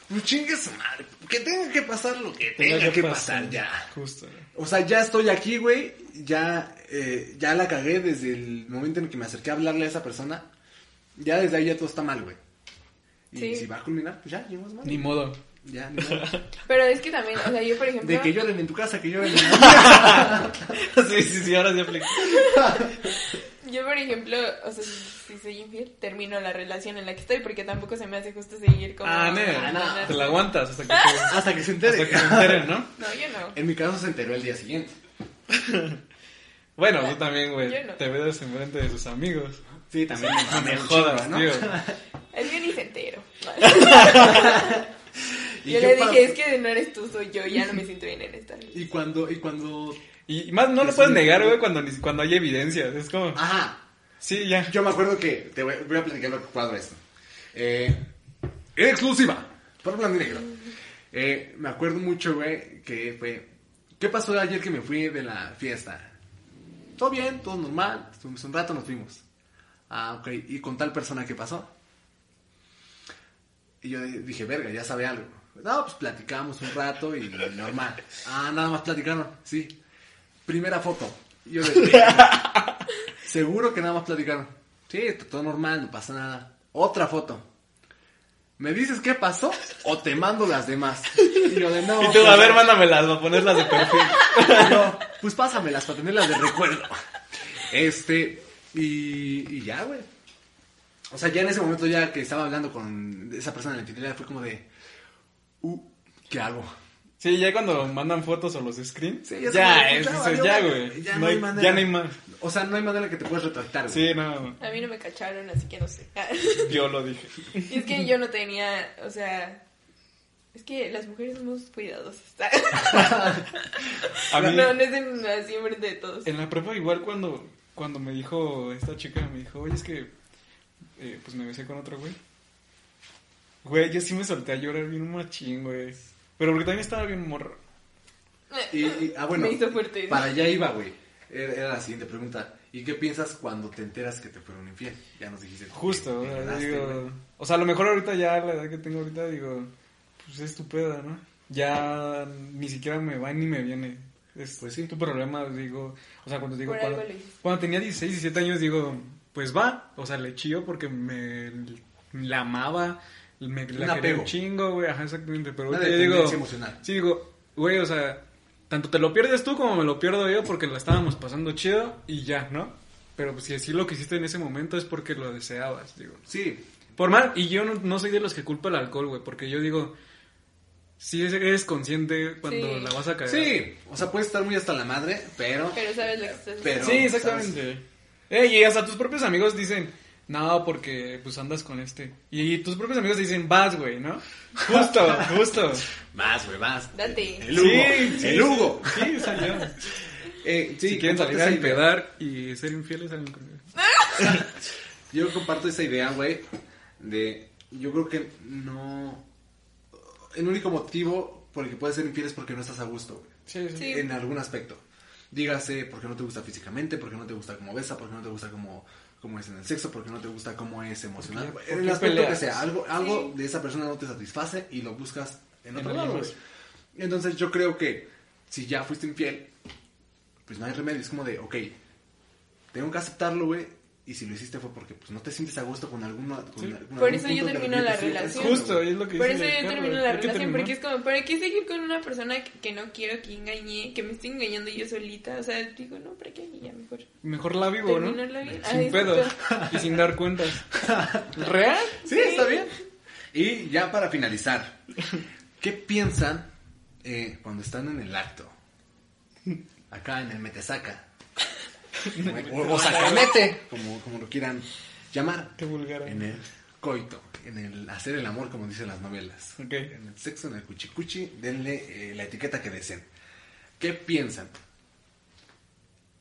Speaker 2: Pues chingue su madre. Que tenga que pasar lo que tenga, que pasar ya.
Speaker 4: Justo. güey.
Speaker 2: O sea, ya estoy aquí, güey. Ya, eh, ya la cagué desde el momento en que me acerqué a hablarle a esa persona. Ya desde ahí ya todo está mal, güey. Y
Speaker 3: Sí.
Speaker 2: si va a culminar, pues ya, llevamos mal.
Speaker 4: Ni modo.
Speaker 2: Ya, ni modo.
Speaker 3: Pero es que también, o sea, yo por ejemplo,
Speaker 2: De que lloren en tu casa, que lloren en mi
Speaker 4: sí, sí, sí, ahora sí aplica.
Speaker 3: yo por ejemplo, o sea, si, si soy infiel, termino la relación en la que estoy porque tampoco se me hace justo seguir como...
Speaker 4: Ah,
Speaker 2: Ah,
Speaker 4: neta.
Speaker 2: no.
Speaker 4: Te la aguantas hasta que, te-
Speaker 2: Hasta que se entere.
Speaker 4: hasta que se enteren, ¿no?
Speaker 3: No, yo no.
Speaker 2: En mi caso se enteró el día siguiente.
Speaker 4: Bueno, tú también,
Speaker 3: Yo
Speaker 4: güey.
Speaker 3: no.
Speaker 4: Te ves enfrente de sus amigos.
Speaker 2: Ah, Sí, también
Speaker 4: No me
Speaker 2: un
Speaker 4: jodas,
Speaker 2: chingo,
Speaker 4: tío.
Speaker 3: El mío ni se entero.
Speaker 2: ¿Y
Speaker 3: yo
Speaker 2: qué
Speaker 3: le
Speaker 2: pasa?
Speaker 3: dije, es que no eres tú, soy yo, ya no me siento bien en esta
Speaker 2: Y
Speaker 3: relación.
Speaker 2: cuando, y cuando...
Speaker 4: Y y más no lo
Speaker 2: Sí.
Speaker 4: puedes negar, güey, cuando, ni- cuando hay evidencias. Es como,
Speaker 2: Ajá,
Speaker 4: sí, ya.
Speaker 2: yo me acuerdo que... Te voy, voy a platicar lo que cuadro esto. Eh, exclusiva. Por blanco y negro. Eh, me acuerdo mucho, güey, que fue... ¿Qué pasó ayer que me fui de la fiesta? Todo bien, todo normal. Estuvimos un rato, nos fuimos. Ah, ok. ¿Y con tal persona qué pasó? Y yo dije, verga, ya sabe algo. No, pues platicamos un rato y normal. Ah, nada más platicaron, sí. Primera foto. Y yo de, seguro que nada más platicaron. Sí, está todo normal, no pasa nada. Otra foto. ¿Me dices qué pasó o te mando las demás? Y yo de, no.
Speaker 4: Y tú, a ver, mándamelas, va a ponerlas de perfil.
Speaker 2: No, pues pásamelas para tenerlas de recuerdo. Este, y, y ya, güey. O sea, ya en ese momento, ya que estaba hablando con esa persona en la titular, fue como de, uh, ¿qué hago?
Speaker 4: Sí, ya cuando mandan fotos o los screens,
Speaker 2: Sí,
Speaker 4: ya,
Speaker 2: es como de,
Speaker 4: es,
Speaker 2: pues, ya valió,
Speaker 4: dices, ya,
Speaker 2: güey,
Speaker 4: güey.
Speaker 2: ya
Speaker 4: no
Speaker 2: no hay
Speaker 4: hay-
Speaker 2: manera.
Speaker 4: Ya no hay más.
Speaker 2: O sea, no hay manera que te puedas retractar, güey.
Speaker 4: Sí, no,
Speaker 3: A mí no me cacharon, así que no sé.
Speaker 4: yo lo dije.
Speaker 3: Y es que yo no tenía, o sea, es que las mujeres somos cuidadosas.
Speaker 4: A mí,
Speaker 3: No, no es en- así enfrente de todos.
Speaker 4: Pues, en la prepa igual cuando, cuando me dijo esta chica, me dijo, oye, es que, eh, pues me besé con otro güey. Güey, yo sí me solté a llorar bien un machín, güey. Pero porque también estaba bien morro.
Speaker 2: Y, y- ah, bueno,
Speaker 3: Me hizo fuerte.
Speaker 2: para allá iba, güey. Era, era la siguiente pregunta. ¿Y qué piensas cuando te enteras que te fueron infiel? Ya nos dijiste. que
Speaker 4: Justo,
Speaker 2: te
Speaker 4: o sea,
Speaker 2: quedaste, güey.
Speaker 4: digo. O sea, a lo mejor ahorita ya, la edad que tengo ahorita, digo, pues es tu peda, ¿no? Ya ni siquiera me va ni me viene. Es
Speaker 2: Pues sí.
Speaker 4: tu problema, digo. O sea, cuando digo.
Speaker 3: Por algo
Speaker 4: Cuando,
Speaker 3: lo hiciste.
Speaker 4: cuando tenía 16, 17 años, digo, pues va. O sea, le chío porque me la amaba. Me
Speaker 2: Un
Speaker 4: la quería
Speaker 2: apego.
Speaker 4: un chingo, güey. Ajá, exactamente. Pero
Speaker 2: Una
Speaker 4: ahorita ya
Speaker 2: dependencia
Speaker 4: digo.
Speaker 2: emocional.
Speaker 4: Sí, digo, güey, o sea, tanto te lo pierdes tú como me lo pierdo yo porque la estábamos pasando chido y ya, ¿no? Pero pues, si así lo que hiciste en ese momento es porque lo deseabas, digo.
Speaker 2: Sí,
Speaker 4: Por mal, y yo no, no soy de los que culpa el alcohol, güey, porque yo digo, si eres consciente cuando
Speaker 3: Sí.
Speaker 4: la vas a caer.
Speaker 2: sí. O sea, puedes estar muy hasta la madre, pero.
Speaker 3: Pero sabes lo que estás
Speaker 2: Pero-
Speaker 3: haciendo.
Speaker 4: Sí, exactamente. Eh, y hasta tus propios amigos dicen, no, porque pues andas con este. Y, tus propios amigos dicen, vas, güey, ¿no? Justo, justo.
Speaker 2: Más, güey, más.
Speaker 3: Date.
Speaker 2: El Hugo.
Speaker 4: Sí, sí,
Speaker 2: el Hugo.
Speaker 4: Sí, sí, soy yo.
Speaker 2: Eh, sí,
Speaker 4: si
Speaker 2: comparto
Speaker 4: quieren salir a
Speaker 2: esa idea.
Speaker 4: empedar y ser infieles, salen conmigo.
Speaker 2: Yo comparto esa idea, güey, de yo creo que no el único motivo por el que puedes ser infiel es porque no estás a gusto, güey,
Speaker 4: Sí, sí.
Speaker 3: Sí.
Speaker 2: en algún aspecto. Dígase porque no te gusta físicamente, porque no te gusta cómo besa, porque no te gusta cómo, cómo es en el sexo, porque no te gusta cómo es emocional.
Speaker 4: ¿Por qué-
Speaker 2: En
Speaker 4: por
Speaker 2: el
Speaker 4: qué
Speaker 2: aspecto
Speaker 4: peleas?
Speaker 2: que sea, algo, algo
Speaker 3: Sí.
Speaker 2: de esa persona no te satisface y lo buscas en
Speaker 4: En
Speaker 2: otro
Speaker 4: alguien
Speaker 2: lado,
Speaker 4: más.
Speaker 2: güey. Entonces yo creo que si ya fuiste infiel, pues no hay remedio. Es como de, ok, tengo que aceptarlo, güey. Y si lo hiciste fue porque pues, no te sientes a gusto con alguno. Con,
Speaker 4: Sí.
Speaker 2: algún
Speaker 3: Por eso
Speaker 2: punto
Speaker 3: yo
Speaker 2: de
Speaker 3: termino
Speaker 2: que
Speaker 3: la
Speaker 2: te sientas
Speaker 3: relación.
Speaker 4: Justo, es lo que
Speaker 3: Por
Speaker 4: dice
Speaker 3: eso
Speaker 4: el
Speaker 3: yo
Speaker 4: Carlos,
Speaker 3: termino la
Speaker 4: hay que
Speaker 3: relación,
Speaker 4: terminar.
Speaker 3: porque es como, ¿para qué seguir con una persona que, que no quiero que engañe, que me esté engañando yo solita? O sea, digo, no, ¿para qué? Y ya mejor.
Speaker 4: Mejor la vivo, ¿no?
Speaker 3: Terminarla bien. Ah,
Speaker 4: Sin pedo.
Speaker 3: exacto.
Speaker 4: Y sin dar cuentas. ¿Real?
Speaker 2: Sí, está bien. Y ya para finalizar, ¿qué piensan eh, cuando están en el acto? Acá en el metesaca. O, o sacamete, como, como lo quieran llamar.
Speaker 4: Qué vulgar.
Speaker 2: En el coito, en el hacer el amor, como dicen las novelas.
Speaker 4: Ok.
Speaker 2: En el sexo, en el cuchicuchi, denle eh, la etiqueta que deseen. ¿Qué piensan?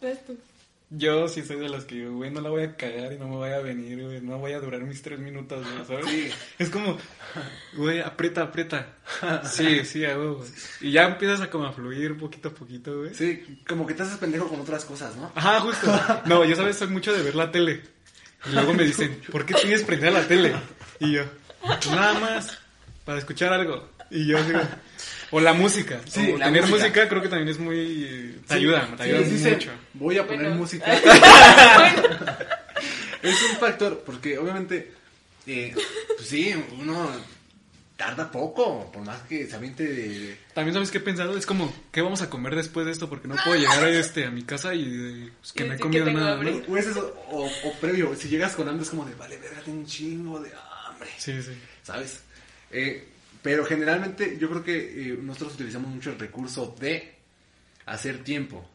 Speaker 3: Vas tú.
Speaker 4: Yo sí soy de las que digo, güey, no la voy a cagar y no me voy a venir, güey, no voy a durar mis tres minutos, güey, ¿sabes?
Speaker 2: Sí.
Speaker 4: Es como, güey, aprieta, aprieta. Sí, sí, hago, güey. Y ya empiezas a como a fluir poquito a poquito, güey.
Speaker 2: Sí, como que te haces pendejo con otras cosas, ¿no?
Speaker 4: Ajá, justo. No, yo sabes, soy mucho de ver la tele. Y luego me dicen, ¿por qué tienes prendida la tele? Y yo, pues nada más para escuchar algo. Y yo digo, o la música.
Speaker 2: Sí,
Speaker 4: Como
Speaker 2: la
Speaker 4: tener música.
Speaker 2: música.
Speaker 4: creo que también es muy. eh,
Speaker 2: Sí,
Speaker 4: Te ayuda, te
Speaker 2: sí,
Speaker 4: ayuda
Speaker 2: les dicen,
Speaker 4: mucho.
Speaker 2: Voy a poner
Speaker 3: Bueno. ah,
Speaker 2: música. es un factor, porque obviamente, eh, pues sí, uno tarda poco, por más que se aviente de...
Speaker 4: También sabes qué he pensado, es como, ¿qué vamos a comer después de esto? Porque no puedo llegar a, este, a mi casa y eh, pues, que
Speaker 3: Y
Speaker 4: no
Speaker 3: decir
Speaker 4: he
Speaker 3: que
Speaker 4: comido
Speaker 3: tengo
Speaker 4: nada.
Speaker 3: hambre.
Speaker 4: ¿no?
Speaker 2: O, es eso, o, o previo, si llegas con hambre es como de, vale, verga, tengo un chingo de hambre.
Speaker 4: Sí, sí.
Speaker 2: ¿sabes? Eh, pero generalmente yo creo que eh, nosotros utilizamos mucho el recurso de hacer tiempo,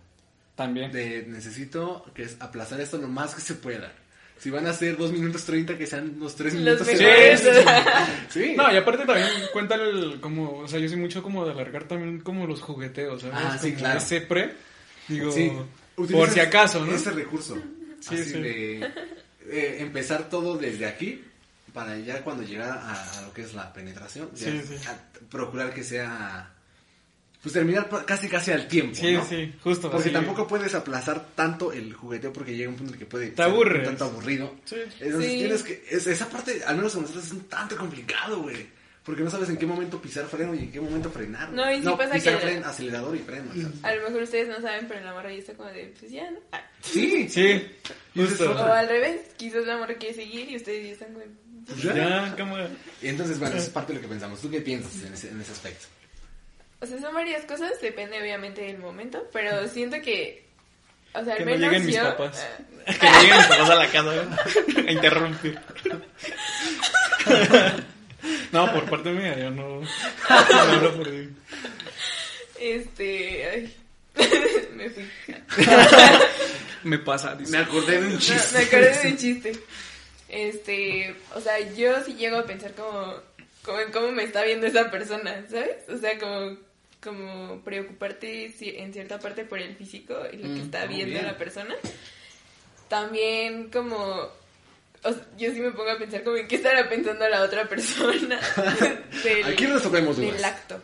Speaker 4: También.
Speaker 2: de necesito que es aplazar esto lo más que se pueda. Si van a ser 2 minutos 30, que sean unos 3
Speaker 3: Los
Speaker 2: minutos.
Speaker 3: mejores.
Speaker 2: Sí, sí, sí.
Speaker 4: No, y aparte también cuenta el, como, o sea, yo soy mucho como de alargar también como los jugueteos, ¿sabes?
Speaker 2: Ah, sí,
Speaker 4: Como
Speaker 2: claro.
Speaker 4: Ese pre, digo,
Speaker 2: Sí.
Speaker 4: por
Speaker 2: Utilizas
Speaker 4: si acaso, ¿no?
Speaker 2: Ese recurso.
Speaker 4: Sí,
Speaker 2: así
Speaker 4: sí.
Speaker 2: de eh, empezar todo desde aquí para ya cuando llegar a, a lo que es la penetración, ya
Speaker 4: Sí, sí.
Speaker 2: a- procurar que sea... Pues terminar pa- casi casi al tiempo,
Speaker 4: Sí,
Speaker 2: ¿no?
Speaker 4: sí, justo.
Speaker 2: Porque
Speaker 4: así.
Speaker 2: tampoco puedes aplazar tanto el jugueteo porque llega un punto en el que puede
Speaker 4: Te
Speaker 2: ser
Speaker 4: aburres.
Speaker 2: un tanto aburrido.
Speaker 4: Sí.
Speaker 2: Entonces
Speaker 3: Sí.
Speaker 2: tienes que. es- esa parte, al menos a nosotros, es un tanto complicado, güey. Porque no sabes en qué momento pisar freno y en qué momento frenar. güey.
Speaker 3: No, y sí pasa
Speaker 2: pisar
Speaker 3: que-
Speaker 2: freno, acelerador y freno. o sea,
Speaker 3: A lo mejor ustedes no saben, pero la morra ya está como de, pues ya, ¿no? Ah.
Speaker 2: sí,
Speaker 4: Sí,
Speaker 2: Y ese es
Speaker 4: justo.
Speaker 3: O al revés, quizás la morra quiere seguir y ustedes ya están como de,
Speaker 2: pues ya.
Speaker 4: Ya, cámara.
Speaker 2: Y entonces, bueno, esa es parte de lo que pensamos. ¿Tú qué piensas en ese, en ese aspecto?
Speaker 3: O sea, son varias cosas, depende obviamente del momento, pero siento que. O sea, al
Speaker 4: Que no
Speaker 3: menos
Speaker 4: lleguen mis
Speaker 3: yo.
Speaker 4: papás.
Speaker 3: ah,
Speaker 4: Que no lleguen mis papás a la casa a interrumpir. No, por parte mía, yo no. no hablo por mí.
Speaker 3: este. ay, me fui.
Speaker 4: Me pasa, dice.
Speaker 2: Me acordé de un
Speaker 3: No,
Speaker 2: chiste.
Speaker 3: me acordé de un chiste. Este. O sea, yo sí llego a pensar como. como en cómo me está viendo esa persona, ¿sabes? O sea, como. Como preocuparte ci- en cierta parte por el físico y lo que
Speaker 4: Mm,
Speaker 3: está
Speaker 2: muy
Speaker 3: viendo
Speaker 2: bien.
Speaker 3: la persona. También como. o sea, yo sí me pongo a pensar como en qué estará pensando la otra persona del,
Speaker 2: Aquí resolvemos dudas.
Speaker 3: del acto.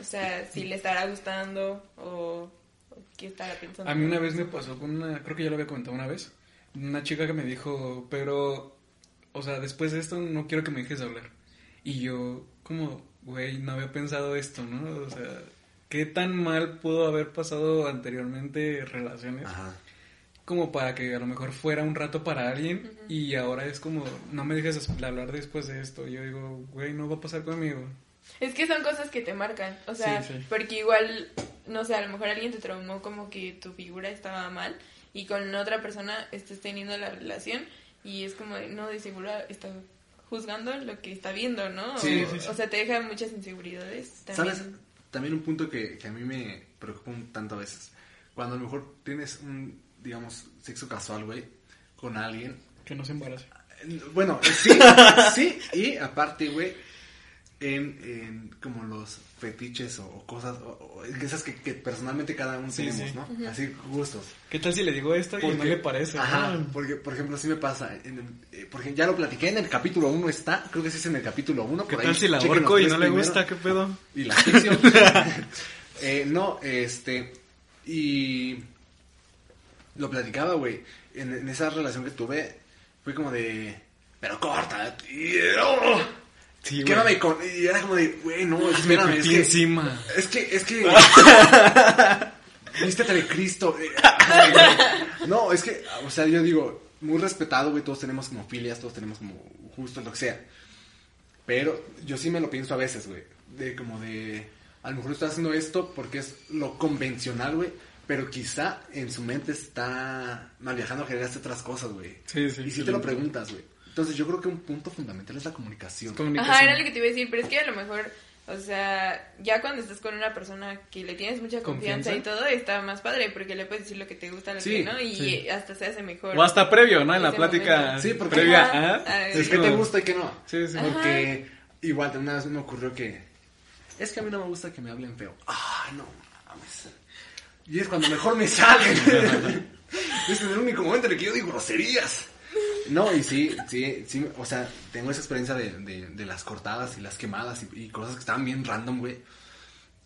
Speaker 3: O sea, si le estará gustando o, o qué estará pensando.
Speaker 4: A mí una vez me pasó con una, creo que ya lo había comentado una vez, una chica que me dijo, pero, o sea, después de esto no quiero que me dejes de hablar. Y yo, como, güey, no había pensado esto, ¿no? O sea, ¿qué tan mal pudo haber pasado anteriormente relaciones?
Speaker 2: Ajá.
Speaker 4: Como para que a lo mejor fuera un rato para alguien y ahora es como, no me dejes de hablar después de esto. Yo digo, güey, no va a pasar conmigo.
Speaker 3: Es que son cosas que te marcan, o sea,
Speaker 4: Sí, sí.
Speaker 3: porque igual, no sé, a lo mejor alguien te traumó como que tu figura estaba mal y con otra persona estás teniendo la relación y es como, de, no, de seguro está juzgando lo que está viendo, ¿no?
Speaker 2: Sí,
Speaker 3: o,
Speaker 2: sí, sí.
Speaker 3: o sea, te deja muchas inseguridades. También.
Speaker 2: ¿Sabes? También un punto que, que a mí me preocupa un tanto a veces. Cuando a lo mejor tienes un, digamos, sexo casual, güey, con alguien.
Speaker 4: Que no se embarace.
Speaker 2: Eh, Bueno, eh, sí, sí, y aparte, güey, en, en como los fetiches o, o cosas, o, o esas que, que personalmente cada uno
Speaker 4: Sí,
Speaker 2: tenemos,
Speaker 4: sí.
Speaker 2: ¿no? Así, gustos.
Speaker 4: ¿Qué tal si le digo esto y
Speaker 2: Porque-
Speaker 4: no le parece? Ah,
Speaker 2: Ajá,
Speaker 4: ¿no?
Speaker 2: porque por ejemplo, sí me pasa. en- eh, porque ya lo platiqué en el capítulo 1, está. Creo que sí es en el capítulo 1.
Speaker 4: ¿Qué tal si la ahorco y no le gusta? ¿Qué pedo?
Speaker 2: Y la ficción. Eh, no, este. Y. Lo platicaba, güey. En, en esa relación que tuve, fue como de. Pero corta, tío.
Speaker 4: Sí, güey.
Speaker 2: Quédame con. Y era como de, güey, no, espérame.
Speaker 4: me
Speaker 2: Es
Speaker 4: pipí
Speaker 2: que,
Speaker 4: encima.
Speaker 2: es que, es que. Vístete de Cristo. eh, No, es que, o sea, yo digo, muy respetado, güey. Todos tenemos como filias, todos tenemos como gustos, lo que sea. Pero yo sí me lo pienso a veces, güey. De como de. A lo mejor está haciendo esto porque es lo convencional, güey. Pero quizá en su mente está mal viajando a generarse otras cosas, güey. Y
Speaker 4: Sí, sí,
Speaker 2: si te lo
Speaker 4: excelente.
Speaker 2: preguntas, güey. Entonces yo creo que un punto fundamental es la comunicación.
Speaker 4: Comunicación.
Speaker 3: Ajá, era lo que te iba a decir, pero es que a lo mejor, o sea, ya cuando estás con una persona que le tienes mucha confianza,
Speaker 4: ¿Confianza?
Speaker 3: y todo, está más padre porque le puedes decir lo que te gusta, lo
Speaker 2: Sí,
Speaker 3: que no, y
Speaker 4: sí.
Speaker 3: eh, hasta se hace mejor.
Speaker 4: O hasta previo, ¿no? En la
Speaker 3: Ese
Speaker 4: plática
Speaker 3: momento.
Speaker 2: Sí, porque-
Speaker 4: previa.
Speaker 3: Ajá.
Speaker 4: ¿ah?
Speaker 3: Ay.
Speaker 4: Es
Speaker 2: ¿Qué te
Speaker 4: como-
Speaker 2: gusta y qué no?
Speaker 4: Sí, sí.
Speaker 3: Ajá.
Speaker 2: Porque igual de una vez me ocurrió que es que a mí no me gusta que me hablen feo. Ah, no mames. Y es cuando mejor me salen. es en el único momento en el que yo digo groserías. No, y sí, sí, sí, o sea, tengo esa experiencia de, de- de las cortadas y las quemadas y, y cosas que estaban bien random, güey.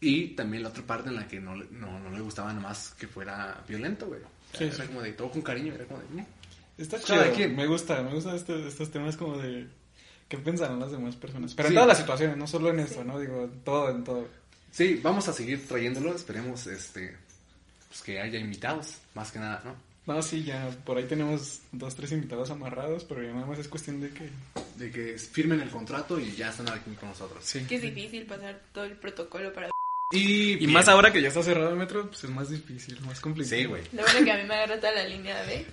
Speaker 2: Y también la otra parte en la que no, le- no, no le gustaba nada más que fuera violento, güey. O sea,
Speaker 4: Sí,
Speaker 2: era
Speaker 4: sí.
Speaker 2: como de todo con cariño, era como de... "Mm".
Speaker 4: Está
Speaker 2: Cada
Speaker 4: chido.
Speaker 2: quien.
Speaker 4: Me gusta, me gustan este- estos temas como de. ¿Qué pensarán las demás personas? Pero
Speaker 2: Sí.
Speaker 4: en todas las situaciones, no solo en esto, ¿no? Digo, en todo, en todo.
Speaker 2: Sí, vamos a seguir trayéndolo, esperemos este pues que haya invitados, más que nada, ¿no?
Speaker 4: No, sí, ya por ahí tenemos dos, tres invitados amarrados, pero ya nada más es cuestión de que.
Speaker 2: De que firmen el contrato y ya están aquí con nosotros.
Speaker 4: Sí.
Speaker 3: Que es difícil pasar todo el protocolo para...
Speaker 2: Y,
Speaker 4: Y
Speaker 2: bien.
Speaker 4: más ahora que ya está cerrado el metro, pues es más difícil, más complicado.
Speaker 2: Sí, güey.
Speaker 3: Lo bueno que a mí me agarra toda la línea B.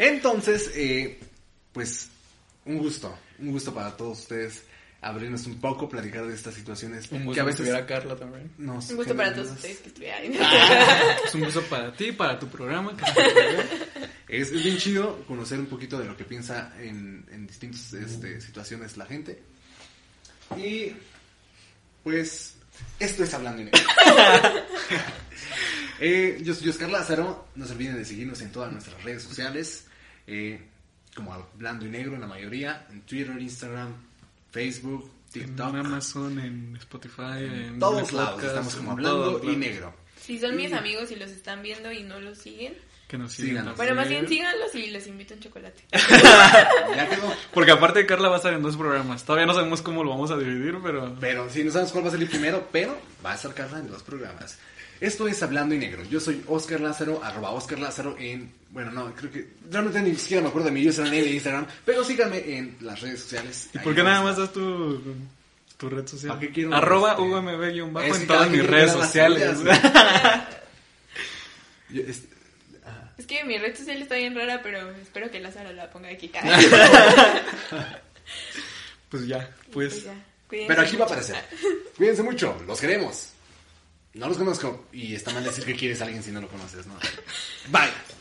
Speaker 2: Entonces, eh, pues un gusto, un gusto para todos ustedes abrirnos un poco, platicar de estas situaciones
Speaker 4: Un gusto
Speaker 2: que a veces
Speaker 4: tuviera Carla también.
Speaker 2: nos
Speaker 3: Un gusto para
Speaker 2: generan
Speaker 3: todos
Speaker 2: unas-
Speaker 3: ustedes que estuvieran ahí.
Speaker 2: Ah.
Speaker 4: Es un gusto para ti, para tu programa. que es tu programa.
Speaker 2: Es, es bien chido conocer un poquito de lo que piensa en, en distintas este, situaciones la gente. Y pues esto es Hablando en Negro. Eh, yo soy Oscar Lázaro. No se olviden de seguirnos en todas nuestras redes sociales. eh, como Hablando y Negro en la mayoría. En Twitter, Instagram, Facebook,
Speaker 4: en
Speaker 2: TikTok.
Speaker 4: Amazon, en Spotify, en
Speaker 2: En todos
Speaker 4: Google
Speaker 2: lados
Speaker 4: Podcast,
Speaker 2: estamos como
Speaker 4: en
Speaker 2: Hablando
Speaker 4: todos
Speaker 2: y
Speaker 4: lados.
Speaker 2: Negro.
Speaker 3: Si son mis amigos y los están viendo y no los siguen,
Speaker 4: Que nos
Speaker 2: Síganos.
Speaker 4: sigan.
Speaker 3: bueno, más bien síganlos y les invito un chocolate.
Speaker 2: Ya quedó.
Speaker 4: Porque aparte Carla va a estar en dos programas. Todavía no sabemos cómo lo vamos a dividir, pero
Speaker 2: Pero sí, no sabemos cuál va a ser el primero, pero va a estar Carla en los programas. Esto es Hablando y Negro. Yo soy Oscar Lázaro, arroba Oscar Lázaro en... Bueno, no, creo que... Realmente ni siquiera me acuerdo de mi username de Instagram, pero síganme en las redes sociales.
Speaker 4: ¿y
Speaker 2: Ahí
Speaker 4: por qué nada
Speaker 2: vamos
Speaker 4: más
Speaker 2: a-
Speaker 4: das tu, tu red social?
Speaker 2: ¿Para qué quiero,
Speaker 4: Arroba
Speaker 2: este?
Speaker 4: UMB-bajo
Speaker 2: Es que
Speaker 4: en
Speaker 2: cada
Speaker 4: todas
Speaker 2: quien
Speaker 4: mis
Speaker 2: tiene
Speaker 4: redes
Speaker 2: las
Speaker 4: sociales.
Speaker 2: suyas, Yo- es-
Speaker 3: Es que mi red social está bien rara, pero espero que Lázaro la ponga aquí.
Speaker 4: pues ya,
Speaker 3: Pues
Speaker 4: pues.
Speaker 3: ya, cuídense
Speaker 2: Pero aquí va a
Speaker 3: mucho.
Speaker 2: aparecer. Cuídense mucho, los queremos. No los conozco. Y está mal decir que quieres a alguien si no lo conoces, ¿no? Bye.